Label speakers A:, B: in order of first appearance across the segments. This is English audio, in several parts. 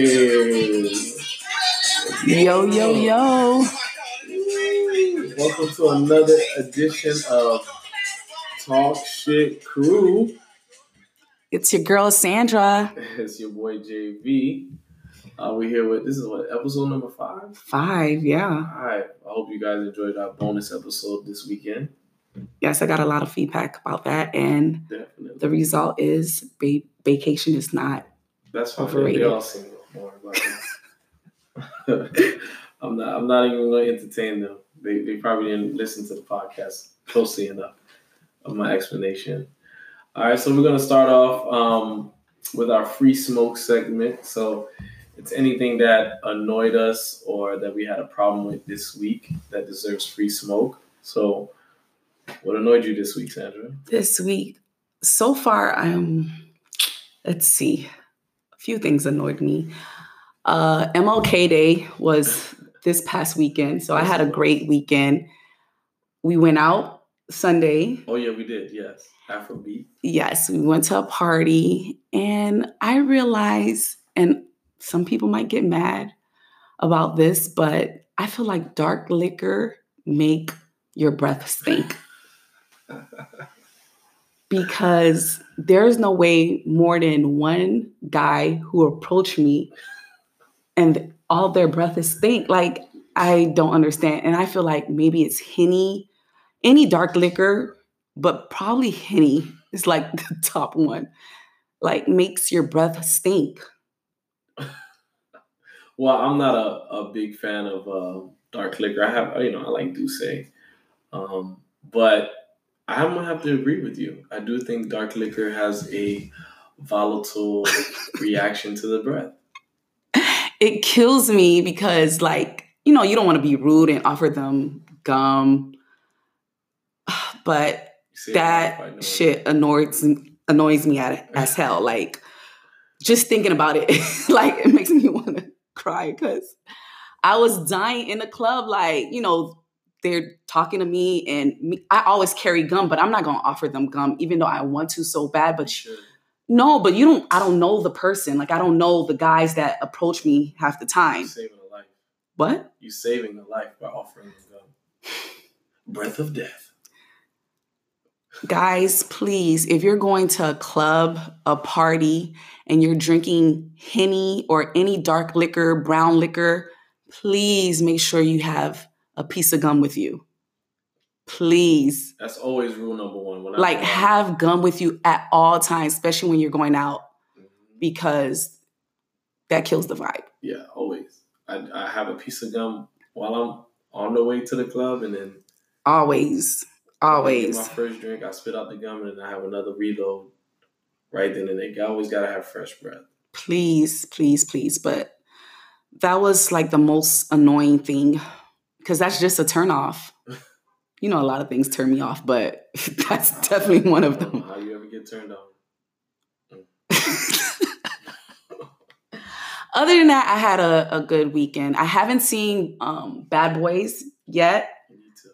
A: Hey.
B: Yo, yo, yo.
A: Welcome to another edition of Talk Shit Crew.
B: It's your girl Sandra.
A: It's your boy JV. Uh, we're here with this is what episode number five.
B: Five, yeah.
A: All right, I hope you guys enjoyed our bonus episode this weekend.
B: Yes, I got a lot of feedback about that. And
A: Definitely,
B: the result is ba- vacation is not.
A: that's fine. They- They
B: Overrated.
A: all single. Don't worry about it. I'm not. I'm not even going to entertain them. They they probably didn't listen to the podcast closely enough of my explanation. All right, so we're gonna start off um, with our free smoke segment. So it's anything that annoyed us or that we had a problem with this week that deserves free smoke. So what annoyed you this week, Sandra?
B: This week, so far, I'm. Let's see. A few things annoyed me. Uh, MLK Day was this past weekend. So I had a great weekend. We went out Sunday.
A: Oh yeah, we did. Yes, Afrobeat.
B: yes, we went to a party and I realized, and some people might get mad about this, but I feel like dark liquor make your breath stink. because there's no way more than one guy who approached me and all their breath is stink. Like I don't understand. And I feel like maybe it's henny, any dark liquor, but probably henny is like the top one. Like makes your breath stink.
A: Well, I'm not a, a big fan of uh, dark liquor. I have, you know, I like Douce. Um, but I'm going to have to agree with you. I do think dark liquor has a volatile reaction to the breath.
B: It kills me because like, you know, you don't want to be rude and offer them gum. But
A: You see, if I know
B: that
A: it.
B: shit annoys annoys me at, as hell. Like just thinking about it, like it makes me want to cry because I was dying in the club. Like you know, they're talking to me, and me, I always carry gum, but I'm not gonna offer them gum, even though I want to so bad. But sh-
A: Should.
B: no, but you don't. I don't know the person. Like I don't know the guys that approach me half the
A: You're
B: time.
A: saving a life.
B: What?
A: You're saving a life by offering the gum. Breath of death.
B: Guys, please, if you're going to a club, a party, and you're drinking Henny or any dark liquor, brown liquor, please make sure you have a piece of gum with you. Please.
A: That's always rule number one. When I
B: Like,
A: go out-
B: have gum with you at all times, especially when you're going out,
A: Mhm.
B: because that kills the vibe.
A: Yeah, always. I, I have a piece of gum while I'm on the way to the club and then
B: Always.
A: I get
B: Always.
A: My first drink, I spit out the gum, and then I have another reload right then and there. You always gotta have fresh breath.
B: please, please, please. But that was like the most annoying thing because that's just a turnoff. You know, a lot of things turn me off, but that's definitely one
A: I
B: of
A: don't know
B: them.
A: how you ever get turned on.
B: Other than that, I had a, a good weekend. I haven't seen um, Bad Boys yet.
A: You need to.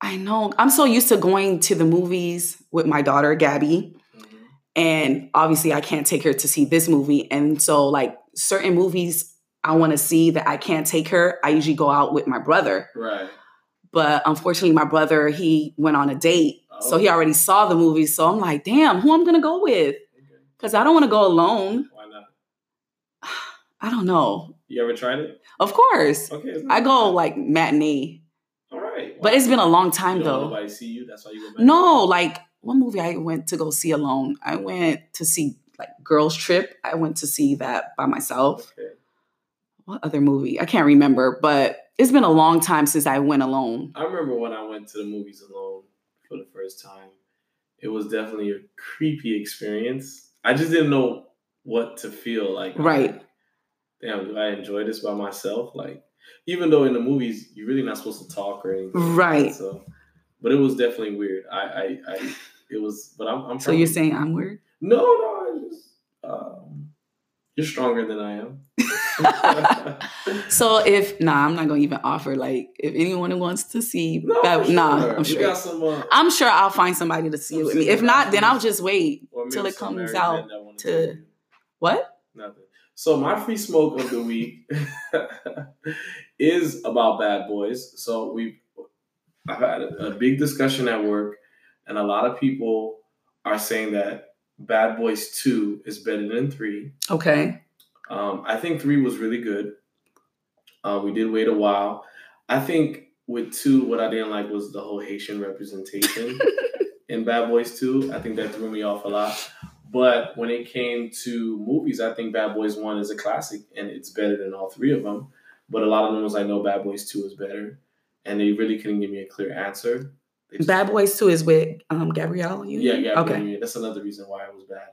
B: I know I'm so used to going to the movies with my daughter, Gabby.
A: Mhm.
B: and obviously I can't take her to see this movie. And so like certain movies I want to see that I can't take her, I usually go out with my brother.
A: Right.
B: But unfortunately my brother, he went on a date. So he already saw the movie. So I'm like, "Damn, who I'm going to go with?"
A: Okay.
B: Cuz I don't want to go alone.
A: Why not?
B: I don't know.
A: You ever tried it?
B: Of course.
A: Okay. it's not
B: I go
A: bad.
B: like matinee.
A: All right.
B: But it's been a long time
A: you don't want
B: though.
A: Nobody see you. That's why you go back.
B: No, like what movie I went to go see alone? I went to see like Girls Trip. I went to see that by myself.
A: Okay.
B: what other movie? I can't remember, but it's been a long time since I went alone.
A: I remember when I went to the movies alone for the first time. It was definitely a creepy experience. I just didn't know what to feel like.
B: Right.
A: Damn, do I enjoy this by myself? Like, even though in the movies you're really not supposed to talk or anything. like that,
B: Right.
A: So, but it was definitely weird. I, I, I it was. But I'm. I'm
B: So you're
A: probably-
B: saying I'm weird?
A: No, no. I just. Um, you're stronger than I am.
B: So if nah, I'm not gonna even offer. Like if anyone wants to see,
A: no,
B: that,
A: for
B: nah, I'm
A: You
B: sure.
A: got some. Uh,
B: I'm sure I'll find somebody to see it with me. If not, then I'll just wait.
A: or maybe
B: till it
A: some
B: comes
A: married
B: out
A: men that wanna
B: to-
A: date you.
B: What?
A: Nothing. So my free smoke of the week is about bad boys. So we've I've had a, a big discussion at work, and a lot of people are saying that Bad Boys Two is better than Three.
B: Okay.
A: Um, I think Three was really good. Uh, we did wait a while. I think with Two, what I didn't like was the whole Haitian representation in Bad Boys Two. I think that threw me off a lot. But when it came to movies, I think Bad Boys One is a classic, and it's better than all three of them. But a lot of them was I know Bad Boys Two is better, and they really couldn't give me a clear answer. They just-
B: Bad Boys 2 is with um, Gabrielle
A: yeah,
B: Union?
A: yeah,
B: Okay.
A: okay. That's another reason why it was bad.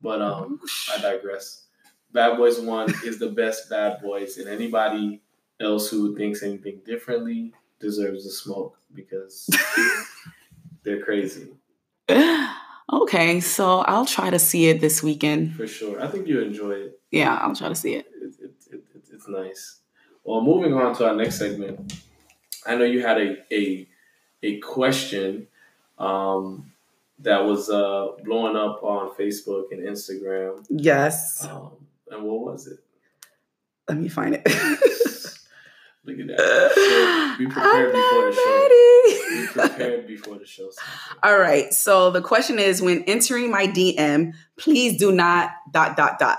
A: But um, I digress. Bad Boys One is the best Bad Boys, and anybody else who thinks anything differently deserves the smoke because they're crazy
B: okay, so I'll try to see it this weekend.
A: for sure. I think you enjoy it.
B: Yeah, I'll try to see it.
A: it, it, it, it it's nice. Well, moving on to our next segment. I know you had a a, a question um, that was uh, blowing up on Facebook and Instagram.
B: Yes.
A: Um, and what was it?
B: Let me find it.
A: Look at that. So we prepared
B: I'm
A: before the
B: not
A: show. We
B: ready.
A: prepared before the show. started.
B: All right. So the question is when entering my DM, please do not dot dot dot.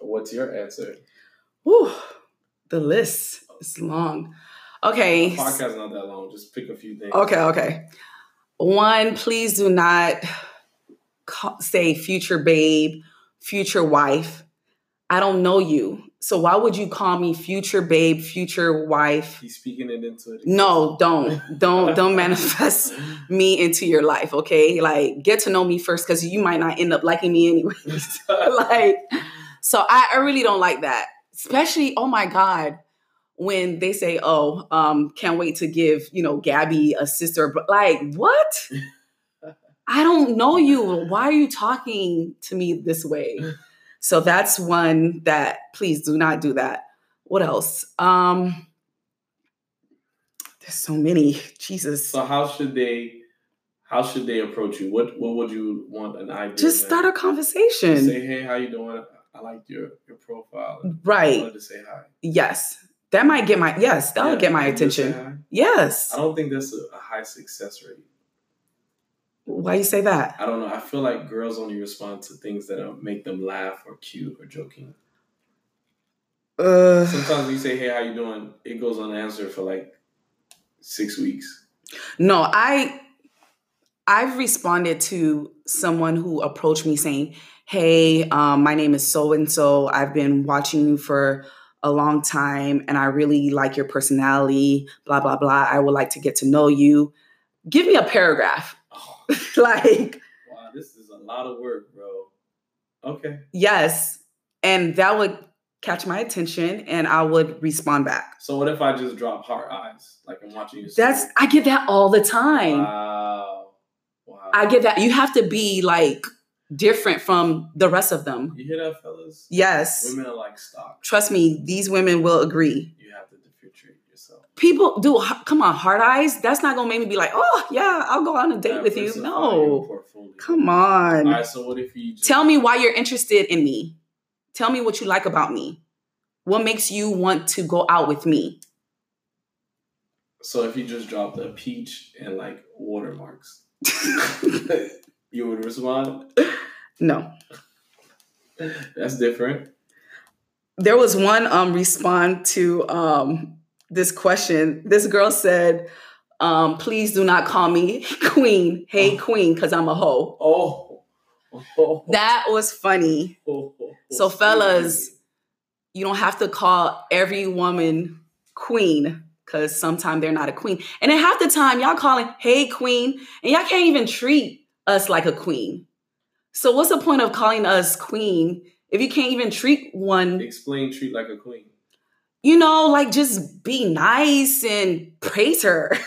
A: What's your answer?
B: Whew, the list is long. Okay.
A: The podcast's not that long. Just pick a few things.
B: Okay, okay. One, please do not ca- say future babe, future wife. I don't know you. So why would you call me future babe, future wife?
A: He's speaking it into it.
B: No, don't. Don't don't manifest me into your life, okay? Like get to know me first cuz you might not end up liking me anyway. like so I, I really don't like that especially oh my god when they say oh um can't wait to give you know gabby a sister but like what i don't know you why are you talking to me this way so that's one that please do not do that what else um there's so many jesus
A: So how should they how should they approach you? What what would you want an idea?
B: just start a
A: like?
B: conversation
A: Say hey, how you doing? I liked your your profile. I
B: right
A: wanted to say hi.
B: yes that might get my yes that'll
A: Yeah,
B: get my
A: you just say
B: attention
A: hi.
B: Yes.
A: I don't think that's a, a high success rate.
B: Why you say that?
A: I don't know. I feel like girls only respond to things that uh, make them laugh or cute or joking.
B: Uh,
A: Sometimes we say hey, how you doing? It goes unanswered for like six weeks.
B: no, I I've responded to someone who approached me saying, "Hey, um, my name is so and so. I've been watching you for a long time, and I really like your personality. Blah blah blah. I would like to get to know you. Give me a paragraph,
A: Oh,
B: like
A: wow, this is a lot of work, bro. Okay.
B: yes, and that would catch my attention, and I would respond back.
A: So what if I just drop heart eyes? Like I'm watching you.
B: That's I get that all the time.
A: Wow. Wow.
B: I get that. You have to be like different from the rest of them.
A: You hear that, fellas?
B: Yes.
A: Women are like stock.
B: Trust me, these women will agree.
A: You have to differentiate yourself.
B: People do h- come on, hard eyes. That's not gonna make me be like, oh yeah, I'll go on a date with you.
A: Diversify your
B: No,
A: portfolio.
B: come
A: All
B: on.
A: right. So what if you just
B: Tell me why you're interested in me. Tell me what you like about me. What makes you want to go out with me?
A: So if you just dropped a peach and like watermarks, you would respond.
B: No.
A: That's different.
B: There was one um respond to um this question. This girl said, um, please do not call me queen. Hey queen, because I'm a hoe.
A: Oh. Oh.
B: That was funny.
A: Oh, oh,
B: So,
A: oh.
B: fellas, You don't have to call every woman queen because sometimes they're not a queen. And then half the time, y'all calling, hey, queen, and y'all can't even treat us like a queen. So, what's the point of calling us queen if you can't even treat one?
A: explain treat like a queen.
B: You know, like just be nice and praise her.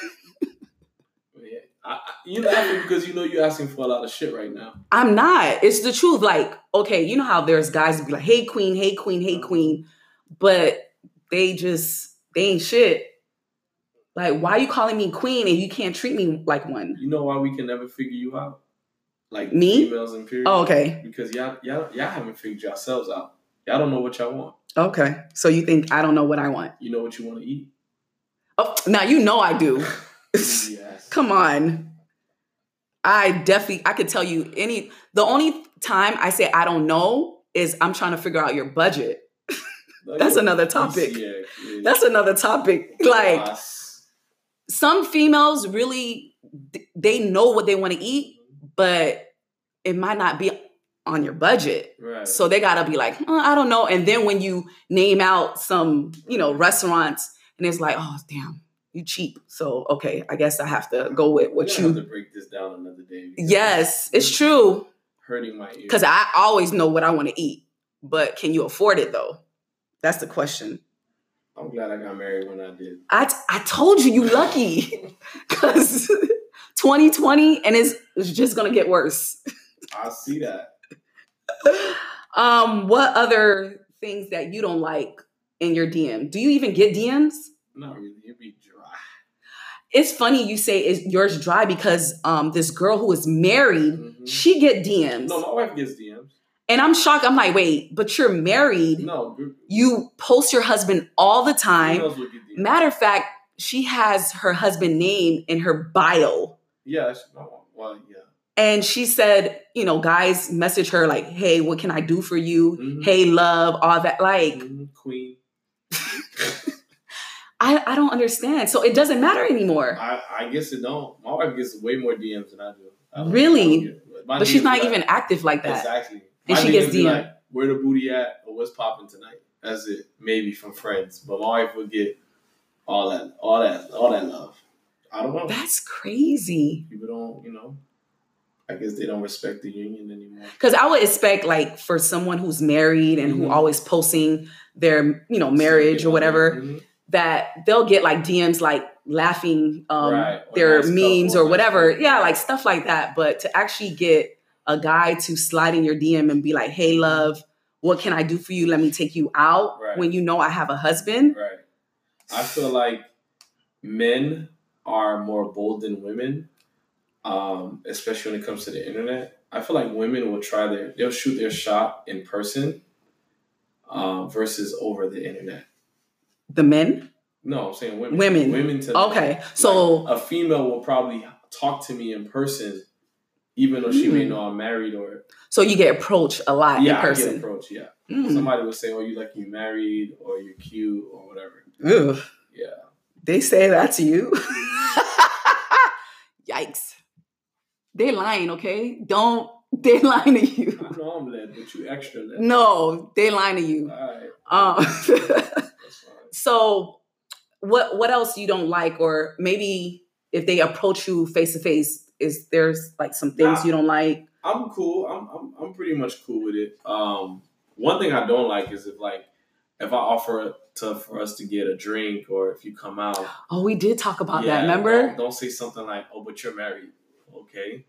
A: Yeah. I, I, you laughing because you know you're asking for a lot of shit right now.
B: I'm not. It's the truth. Like, okay, you know how there's guys who be like, hey, queen, hey, queen, hey, queen, but they just, they ain't shit. Like, why you calling me queen and you can't treat me like one?
A: You know why we can never figure you out? Like
B: Me?
A: females and period.
B: Oh, okay.
A: Because y'all, y'all, y'all haven't figured yourselves out. Y'all don't know what y'all want.
B: Okay. So you think I don't know what I want?
A: You know what you want to eat.
B: Oh, now you know I do.
A: Yes.
B: Come on. I definitely I could tell you any the only time I say I don't know is I'm trying to figure out your budget.
A: Like,
B: That's
A: what
B: another
A: the
B: topic.
A: PCA is.
B: That's another topic. Like
A: Us.
B: some females really they know what they want to eat, but it might not be on your budget.
A: right.
B: So they gotta be like, "Uh, I don't know. And then when you name out some, you know, restaurants, and it's like, oh damn, you cheap. So okay, I guess I have to go with
A: We're
B: what
A: gonna have
B: you.
A: to break this down another day. because
B: Yes, it's true
A: Hurting my ear.
B: because I always know what I want to eat, but can you afford it though? That's the question.
A: I'm glad I got married when I did.
B: I t- I told you you lucky because 2020 and it's, it's just gonna get worse.
A: I see that.
B: Um, what other things that you don't like in your DM? Do you even get DMs?
A: Not really. It'd be dry.
B: It's funny you say is yours dry because um this girl who is married
A: Mhm.
B: she get DMs
A: No, my wife gets DMs.
B: and I'm shocked. I'm like wait, but you're married.
A: No, gr-
B: You post your husband all the time.
A: females would get DMs.
B: Matter of fact, she has her husband name in her bio.
A: yeah, that's my wife. Well, yeah.
B: And she said, you know, guys message her like, hey, what can I do for you?
A: Mhm.
B: Hey, love, all that. Like,
A: Mhm, Queen.
B: I, I don't understand. So it doesn't matter anymore.
A: I, I guess it don't. My wife gets way more DMs than I do. I don't-
B: Really?
A: I don't get it. My
B: But she's
A: DMs
B: not
A: be
B: even
A: like-
B: active like that.
A: exactly.
B: And
A: My
B: she gets
A: DMs be
B: DM.
A: like, where the booty at or what's popping tonight? That's it. Maybe from friends, but my wife would get all that, all that, all that love. I don't know.
B: That's crazy.
A: People don't, you know. I guess they don't respect the union anymore.
B: Because I would expect, like, for someone who's married and who
A: Mhm.
B: always posting their, you know, marriage or whatever,
A: Mhm.
B: that they'll get like DMs like laughing um
A: Right, or
B: their
A: nice
B: memes
A: couple,
B: or
A: nice
B: whatever.
A: couple.
B: Yeah, like stuff like that. But to actually get a guy to slide in your DM and be like, hey love, what can I do for you? Let me take you out
A: Right.
B: when you know I have a husband.
A: Right. I feel like men are more bold than women, um, especially when it comes to the internet. I feel like women will try their, they'll shoot their shot in person um, versus over the internet.
B: The men?
A: No, I'm saying women.
B: Women.
A: Women to
B: Okay. So
A: Like, a female will probably talk to me in person, even though she may
B: Hmm.
A: know I'm married or
B: so you get approached a lot
A: yeah,
B: in
A: I get
B: person.
A: approached. Yeah,
B: Mm.
A: somebody will say, "Oh, you like you married, or you're cute, or whatever."
B: Ugh.
A: Yeah.
B: They say that to you. Yikes. They lying, okay? Don't they lying to you.
A: I know I'm led, but you extra led.
B: No, they lying to
A: All
B: you.
A: right,
B: Um,
A: that's fine.
B: so what what else you don't like or maybe if they approach you face to face is there's like some things
A: Nah.
B: you don't like
A: I'm cool. I'm, I'm I'm pretty much cool with it. Um, one thing I don't like is if like if I offer to for us to get a drink or if you come out.
B: oh we did talk about
A: yeah,
B: that remember
A: Don't, don't say something like, "Oh, but you're married." Okay,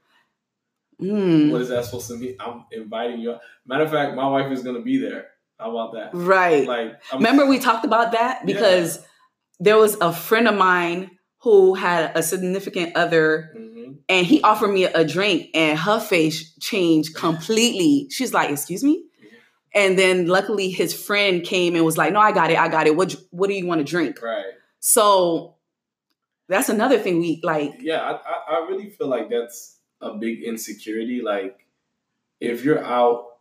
B: Mm,
A: what is that supposed to mean? I'm inviting you. Matter of fact, my wife is gonna be there. How about that?
B: right
A: Like, I'm,
B: remember we talked about that
A: Yeah.
B: because there was a friend of mine who had a significant other
A: Mhm.
B: and he offered me a drink and her face changed completely she's like excuse me
A: Yeah.
B: and then luckily his friend came and was like no i got it i got it what what do you want to drink
A: right.
B: So that's another thing we like.
A: yeah, I, I, I really feel like that's a big insecurity. Like, if you're out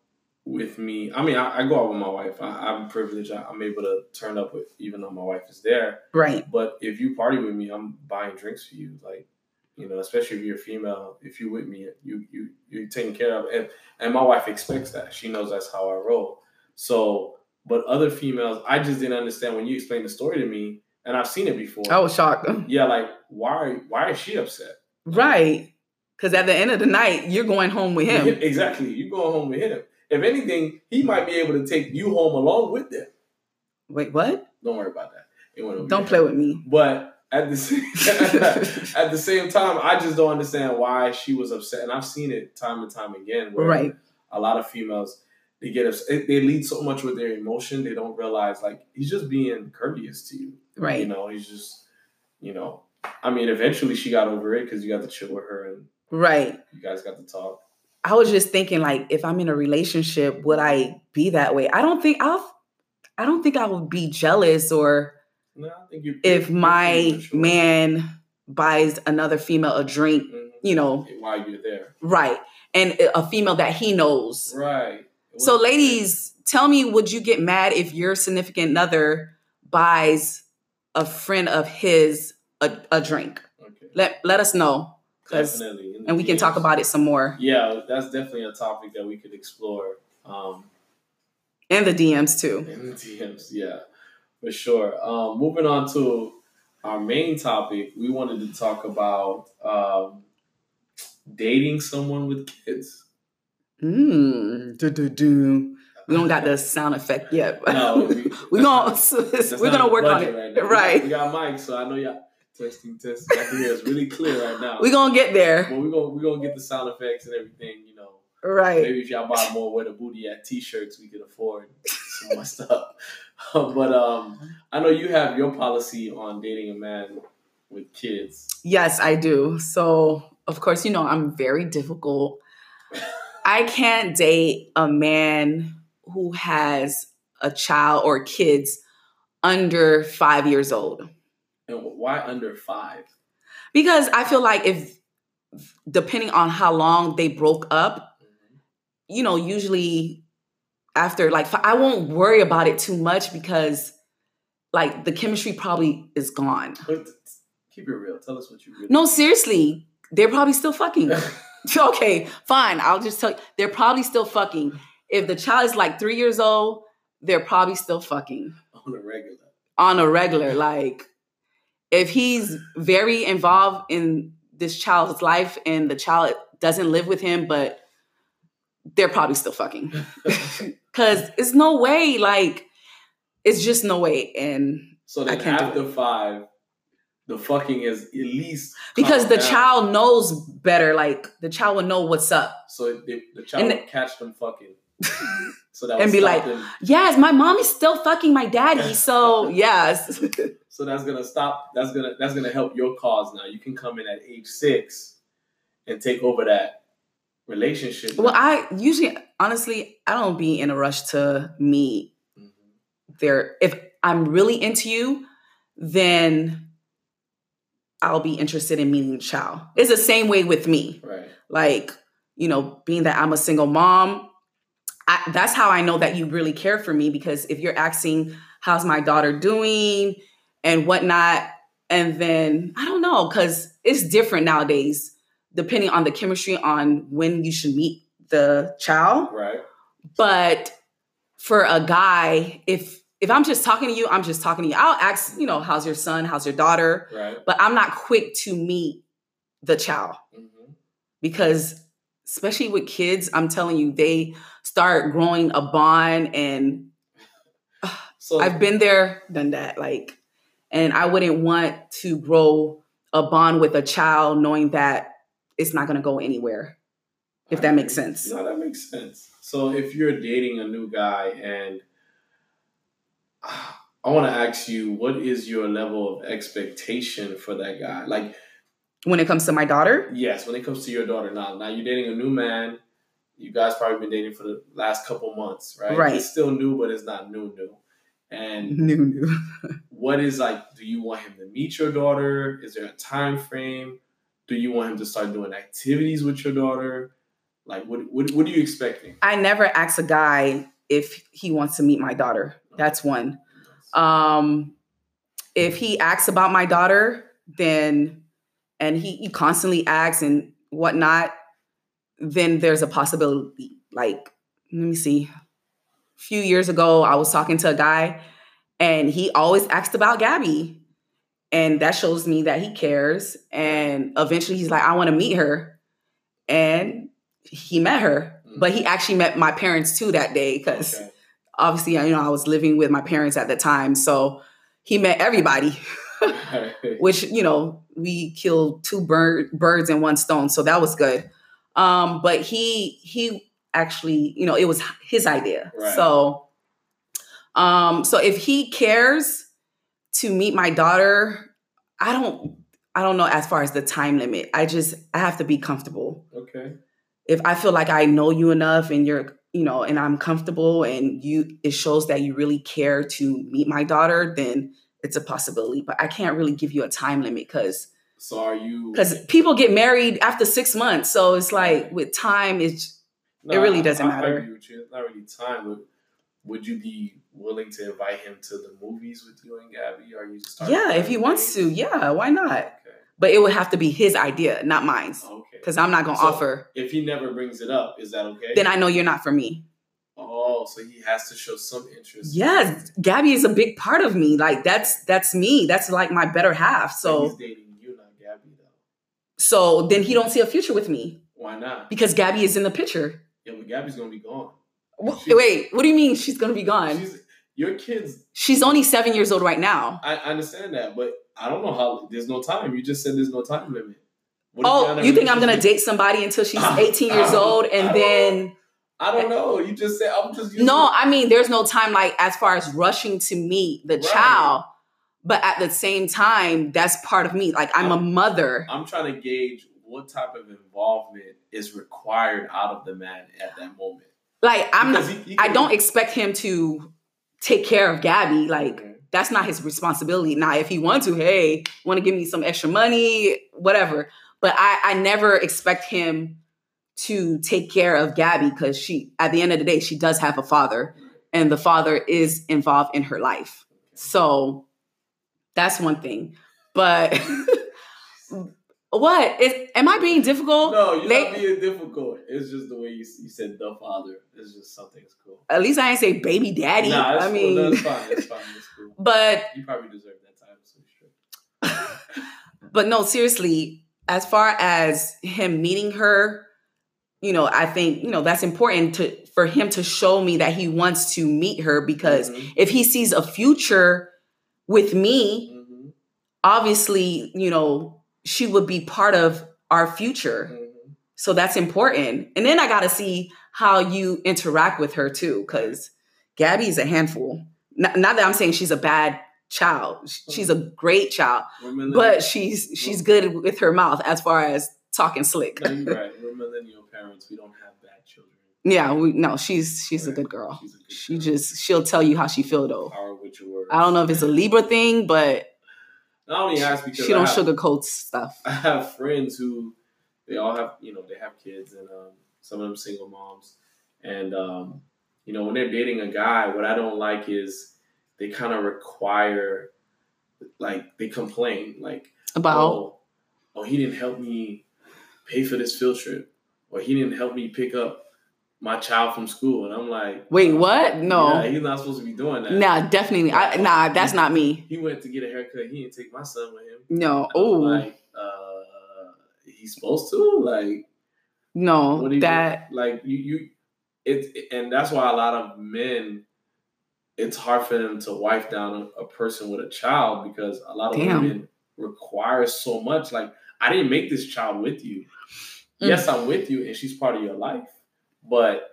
A: with me, I mean, I, I go out with my wife. I, I'm privileged. I, I'm able to turn up with, even though my wife is there.
B: Right.
A: But if you party with me, I'm buying drinks for you. Like, you know, especially if you're female, if you with me, you you you're taken care of. And and my wife expects that. She knows that's how I roll. So, but other females, I just didn't understand when you explained the story to me, and I've seen it before.
B: was shocked.
A: Yeah, like why why is she upset?
B: Right. Because at the end of the night, you're going home with him.
A: Exactly. You going home with him. If anything, he might be able to take you home along with them.
B: Wait, what?
A: Don't worry about that. It went over
B: Don't
A: your
B: play
A: head.
B: with me.
A: But at the same, at the same time, I just don't understand why she was upset, and I've seen it time and time again. Where
B: Right.
A: A lot of females they get upset. They lead so much with their emotion. They don't realize like he's just being courteous to you. You
B: Right.
A: know, he's just you know. I mean, eventually she got over it because you got to chill with her and
B: Right.
A: you guys got to talk.
B: I was just thinking like if I'm in a relationship, would I be that way? I don't think I'll I don't think I would be jealous or
A: No, I think you.
B: if
A: you're pretty
B: my
A: mature.
B: man buys another female a drink,
A: Mhm.
B: you know,
A: While you're there,
B: right. And a female that he knows.
A: right?
B: So ladies, tell me would you get mad if your significant other buys a friend of his a, a drink?
A: okay.
B: Let let us know. 'cause-
A: definitely, In the
B: And we can talk
A: DMs.
B: about it some more.
A: Yeah, that's definitely a topic that we could explore. Um,
B: And the DMs too.
A: In the DMs, yeah, for sure. Um, moving on to our main topic, we wanted to talk about um, dating someone with kids.
B: Mm, do do do. We don't got the sound effect yet. but
A: No, we,
B: we're gonna
A: that's
B: we're
A: not
B: gonna
A: in the
B: work on
A: budget
B: it.
A: right now. We-
B: Right.
A: We got mics, so I know y'all testing, testing. I can hear it's really clear right now.
B: We're gonna get there.
A: but we're gonna we're gonna get the sound effects and everything. You know,
B: Right.
A: maybe if y'all buy more where the booty at t-shirts, we could afford some more stuff. but um, I know you have your policy on dating a man with kids.
B: Yes, I do. So of course, you know I'm very difficult. I can't date a man who has a child or kids under five years old.
A: And why under five?
B: Because I feel like if depending on how long they broke up, you know, usually after like fi- I won't worry about it too much because like the chemistry probably is gone.
A: But keep it real. Tell us what you really.
B: No, seriously, they're probably still fucking. okay, fine. I'll just tell you, they're probably still fucking. If the child is like three years old, they're probably still fucking
A: on a regular.
B: on a regular. Like, if he's very involved in this child's life and the child doesn't live with him, but they're probably still fucking. Cause it's no way, like, it's just no way. And
A: So then
B: I can't do
A: after five, the fucking is at least
B: because
A: calmed
B: the
A: down.
B: child knows better, like the child will know what's up.
A: So they, the child
B: And-
A: would catch them fucking. So that
B: And
A: would
B: be
A: stop
B: like-
A: them.
B: Yes, my mom is still fucking my daddy. So yes.
A: So that's gonna stop. That's gonna that's gonna help your cause now. You can come in at age six and take over that relationship.
B: Well, I usually honestly I don't be in a rush to meet
A: Mhm.
B: there. If I'm really into you, then I'll be interested in meeting the child. It's the same way with me.
A: right.
B: like you know being that i'm a single mom I, that's how i know that you really care for me because if you're asking how's my daughter doing and whatnot and then i don't know because it's different nowadays depending on the chemistry on when you should meet the child
A: Right.
B: but for a guy if if i'm just talking to you i'm just talking to you i'll ask you know how's your son how's your daughter
A: Right.
B: but i'm not quick to meet the child
A: Mhm.
B: because especially with kids i'm telling you they start growing a bond and
A: So
B: i've been there done that like and i wouldn't want to grow a bond with a child knowing that it's not going to go anywhere if that makes sense.
A: No, that makes sense. So if you're dating a new guy and I want to ask you, what is your level of expectation for that guy? Like,
B: when it comes to my daughter
A: yes, when it comes to your daughter now, now you're dating a new man. You guys probably been dating for the last couple months, right?
B: Right. Mm-hmm.
A: It's still new, but it's not new, new. And
B: no no
A: what is like do you want him to meet your daughter is there a time frame do you want him to start doing activities with your daughter like what what, what are you expecting
B: i never ask a guy if he wants to meet my daughter that's one um if he asks about my daughter then and he, he constantly asks and whatnot then there's a possibility like let me see a few years ago i was talking to a guy and he always asked about gabby and that shows me that he cares and eventually he's like i want to meet her and he met her but he actually met my parents too that day because
A: Okay.
B: obviously you know i was living with my parents at the time so he met everybody
A: Alright.
B: which you know we killed two bird, birds in one stone so that was good um but he he actually you know it was his idea
A: Right.
B: so um so if he cares to meet my daughter i don't i don't know as far as the time limit i just i have to be comfortable
A: okay
B: if I feel like I know you enough and you're, you know, and I'm comfortable and you it shows that you really care to meet my daughter, then it's a possibility. But I can't really give you a time limit because
A: So are you?
B: because people get married after six months. So it's like with time, it's
A: No,
B: it really
A: I-
B: doesn't
A: I
B: matter.
A: agree with you. It's not really time. Would, would you be willing to invite him to the movies with you and Gabby? Are you starting?
B: yeah, if he wants to, yeah, why not?
A: Okay.
B: But it would have to be his idea, not mine,
A: Okay.
B: because I'm not gonna
A: So-
B: offer.
A: If he never brings it up, is that okay?
B: Then I know you're not for me.
A: Oh, so he has to show some interest.
B: Yes, Gabby is a big part of me. Like that's that's me. That's like my better half.
A: So he's
B: So
A: dating you, not Gabby, though.
B: so then he don't see a future with me
A: Why not?
B: because Gabby is in the picture.
A: Yeah, but Gabby's gonna be gone.
B: Wha-
A: She-
B: Wait, what do you mean she's gonna be gone? She's,
A: She's, your kids.
B: only seven years old right now.
A: I, I understand that, but I don't know how. There's no time. You just said there's no time limit. What if
B: Oh,
A: not
B: you think I'm gonna
A: really-
B: date somebody until she's 18 years
A: I don't-
B: old
A: I
B: and
A: don't-
B: then?
A: I don't know. You just said I'm just. using-
B: No, I mean, there's no time like as far as rushing to meet the
A: Right.
B: child, but at the same time, that's part of me. Like
A: Uh,
B: I'm a mother.
A: I'm trying to gauge what type of involvement is required out of the man at that moment.
B: Like I'm
A: Because
B: not.
A: he- he
B: I
A: can-
B: don't expect him to take care of Gabby. Like
A: Okay.
B: that's not his responsibility. Now, if he wants to, hey, want to give me some extra money, whatever. But I, I never expect him to take care of Gabby because she, at the end of the day, she does have a father, and the father is involved in her life. So that's one thing. But what is? Am I being difficult?
A: No, you're
B: They-
A: not being difficult. It's just the way you, you said the father. It's just something's cool.
B: At least I ain't say baby daddy.
A: Nah, it's
B: I
A: cool.
B: mean,
A: no, it's fine. It's fine. It's cool.
B: but
A: You probably deserve that time. So sure.
B: but no, seriously, as far as him meeting her, you know, I think, you know, that's important to for him to show me that he wants to meet her because
A: Mhm.
B: if he sees a future with me,
A: Mhm.
B: obviously, you know, she would be part of our future.
A: Mhm.
B: So that's important. And then I got to see how you interact with her too cuz Gabby's a handful. Not, not that I'm saying she's a bad child. Sh- She's a great child
A: We're
B: but she's she's good with her mouth as far as talking slick.
A: millennial- no, you're right. We're millennial parents. We don't have bad children.
B: Yeah, we, no, she's she's a good girl.
A: She's a good
B: She
A: girl.
B: just she'll tell you how she feel though.
A: power with your words.
B: I don't know if it's a Libra thing, but
A: I only ask because
B: she
A: I
B: don't
A: have-
B: sugarcoat stuff.
A: I have friends who they all have you know they have kids and um, some of them single moms and um, you know when they're dating a guy what I don't like is they kind of require like they complain like
B: About
A: oh oh he didn't help me pay for this field trip or he didn't help me pick up my child from school and I'm like
B: wait, what?
A: yeah,
B: No,
A: he's not supposed to be doing that
B: nah, definitely. I, nah, that's not me.
A: he went to get a haircut he didn't take my son with him
B: No,
A: I'm
B: oh
A: like uh, he's supposed to like
B: no,
A: what do you
B: Oh, that
A: like you you it and that's why a lot of men it's hard for them to wife down a, a person with a child because a lot of
B: Damn.
A: women require so much like I didn't make this child with you.
B: Mm.
A: Yes, I'm with you and she's part of your life, but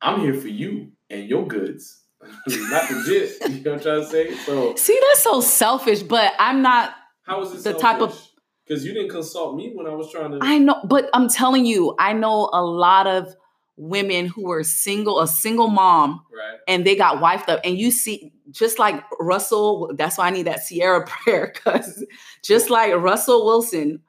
A: I'm here for you and your goods. Not the jit, you know what I'm trying to say? So
B: see that's so selfish. But I'm not.
A: how is it
B: The type of-
A: because you didn't consult me when I was trying to
B: I know, but I'm telling you, I know a lot of women who are single, a single mom
A: right?
B: and they got wifed up. And you see, just like Russell, that's why I need that Sierra prayer, because just like Russell Wilson,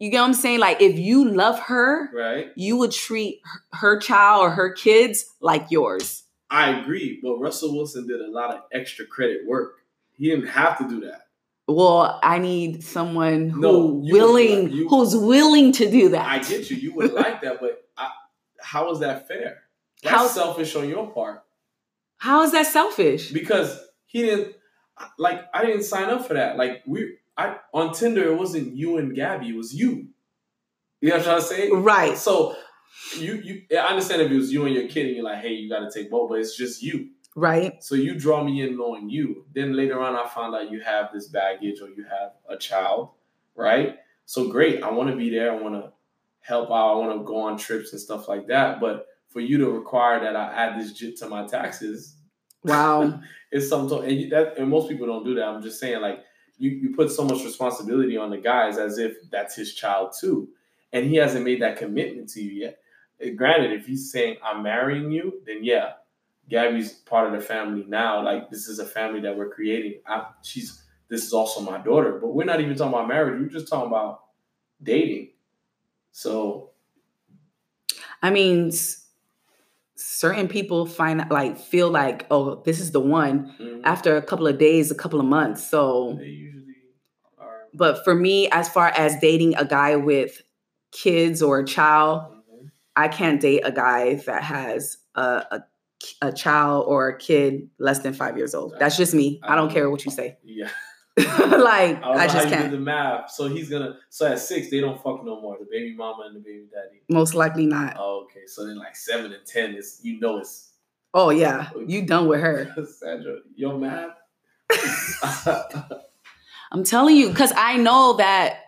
B: you get what I'm saying? Like, if you love her,
A: Right.
B: you would treat her- her child or her kids like yours.
A: I agree, but Russell Wilson did a lot of extra credit work. He didn't have to do that.
B: Well, I need someone who
A: No, you-
B: willing,
A: you-
B: who's willing to do that.
A: I get you. You would like that, but I, how is that fair? That's
B: How-
A: selfish on your part
B: How is that selfish?
A: because he didn't. Like I didn't sign up for that. Like we, I on Tinder, it wasn't you and Gabby. It was you. You know what I'm trying to say?
B: Right.
A: So you, you, I understand if it was you and your kid, and you're like, hey, you got to take both, but it's just you.
B: Right.
A: So you draw me in knowing you. Then later on, I found out you have this baggage or you have a child, right? So great, I want to be there. I want to help out. I want to go on trips and stuff like that. But for you to require that I add this jit to my taxes
B: Wow.
A: is something, and you, that and most people don't do that. I'm just saying, like you you put so much responsibility on the guys as if that's his child too, and he hasn't made that commitment to you yet. granted, if he's saying I'm marrying you, then yeah, Gabby's part of the family now. Like this is a family that we're creating. I, she's this is also my daughter, but we're not even talking about marriage. We're just talking about dating. So
B: I mean, s- certain people find like feel like, oh, this is the one
A: mm,
B: after a couple of days, a couple of months. So,
A: they usually are.
B: but for me, as far as dating a guy with kids or a child,
A: Mhm.
B: I can't date a guy that has a, a a child or a kid less than five years old. That's just me. I don't care what you say.
A: Yeah,
B: like
A: I, don't
B: I
A: know
B: just
A: how You
B: can't.
A: did the math. So he's gonna. So at six, they don't fuck no more. The baby mama and the baby daddy.
B: Most likely not.
A: Oh, okay, so then like seven and ten is you know it's
B: Oh yeah, you done with her.
A: Sandra, your math.
B: I'm telling you, because I know that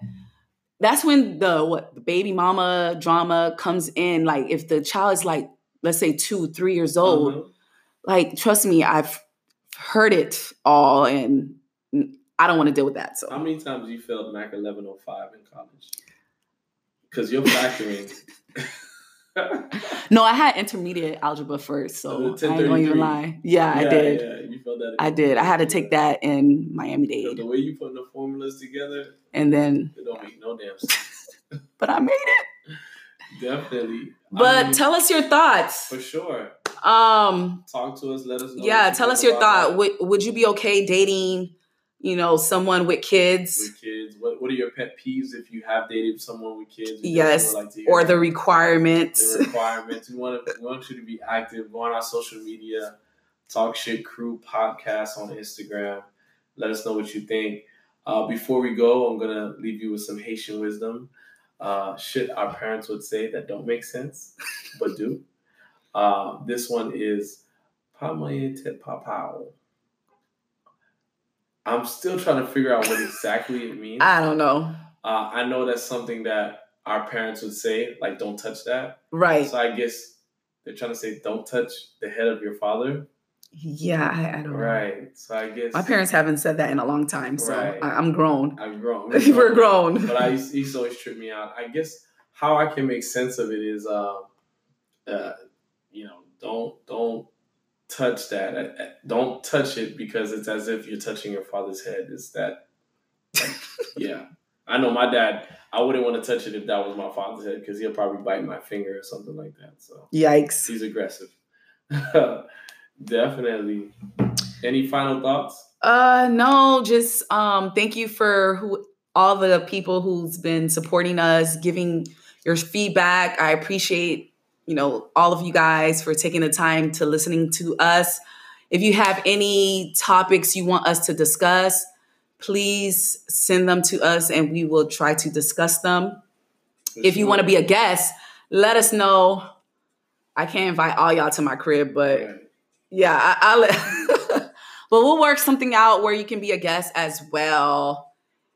B: that's when the what the baby mama drama comes in. Like if the child is like, let's say two, three years old,
A: Mhm.
B: like trust me, I've heard it all, and I don't want to deal with that.
A: How
B: So
A: many times you failed Mac 1105 in college? Because you're factoring.
B: no, I had intermediate algebra first,
A: Oh,
B: so I ain't
A: 1033.
B: gonna even lie. Yeah, I did.
A: Yeah, you failed that.
B: I did. I had to take that in Miami Dade,
A: The way you put the formulas together,
B: and then,
A: it don't make no damn sense.
B: but I made it.
A: Definitely. I
B: But
A: mean,
B: tell us your thoughts.
A: for sure.
B: Um.
A: Talk to us. Let us know. what
B: yeah
A: you
B: tell
A: think
B: us your
A: about
B: thought
A: that
B: would, would you be okay dating you know someone with kids
A: With kids, what, what are your pet peeves if you have dated someone with kids? We
B: Yes,
A: definitely would like to hear
B: or the
A: that.
B: requirements
A: the requirements. We want to, we want you to be active. Go on our social media, Talk Shit Crew podcast on Instagram. Let us know what you think. Uh, before we go, I'm gonna leave you with some Haitian wisdom. Uh, shit, our parents would say that don't make sense, but do. Uh, this one is Pamaye Te Papao. I'm still trying to figure out what exactly it means.
B: i don't know
A: Uh, I know that's something that our parents would say, like, don't touch that.
B: right
A: So I guess they're trying to say, don't touch the head of your father.
B: yeah i, I don't know
A: Right. So I guess
B: Mm-hmm. my parents haven't said that in a long time so
A: Right.
B: I, i'm grown
A: I'm grown.
B: we're grown
A: But I used, he used to always trip me out. I guess how I can make sense of it is, uh, uh, you know, don't don't touch that. Uh, uh, Don't touch it because it's as if you're touching your father's head. It's that. yeah. I know my dad. I wouldn't want to touch it if that was my father's head because he'll probably bite my finger or something like that. So.
B: yikes
A: He's aggressive. Definitely. Any final thoughts?
B: uh no just um thank you for who all the people who's been supporting us giving your feedback i appreciate you know all of you guys for taking the time to listening to us if you have any topics you want us to discuss please send them to us and we will try to discuss them if you want to be a guest let us know i can't invite all y'all to my crib but yeah, I, I'll. but we'll work something out where you can be a guest as well.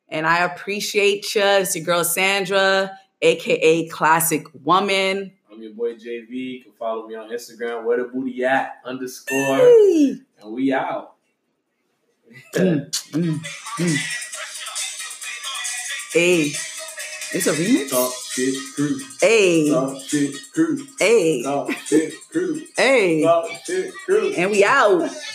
B: And I appreciate you. It's your girl Sandra, aka Classic Woman.
A: I'm your boy JV. You can follow me on Instagram, where the booty at underscore,
B: Hey.
A: and we out.
B: Mm, mm, mm. Hey, it's a remix.
A: Talk shit crew.
B: Hey,
A: Talk shit crew.
B: hey,
A: Talk shit crew.
B: hey,
A: Talk shit crew.
B: and we out.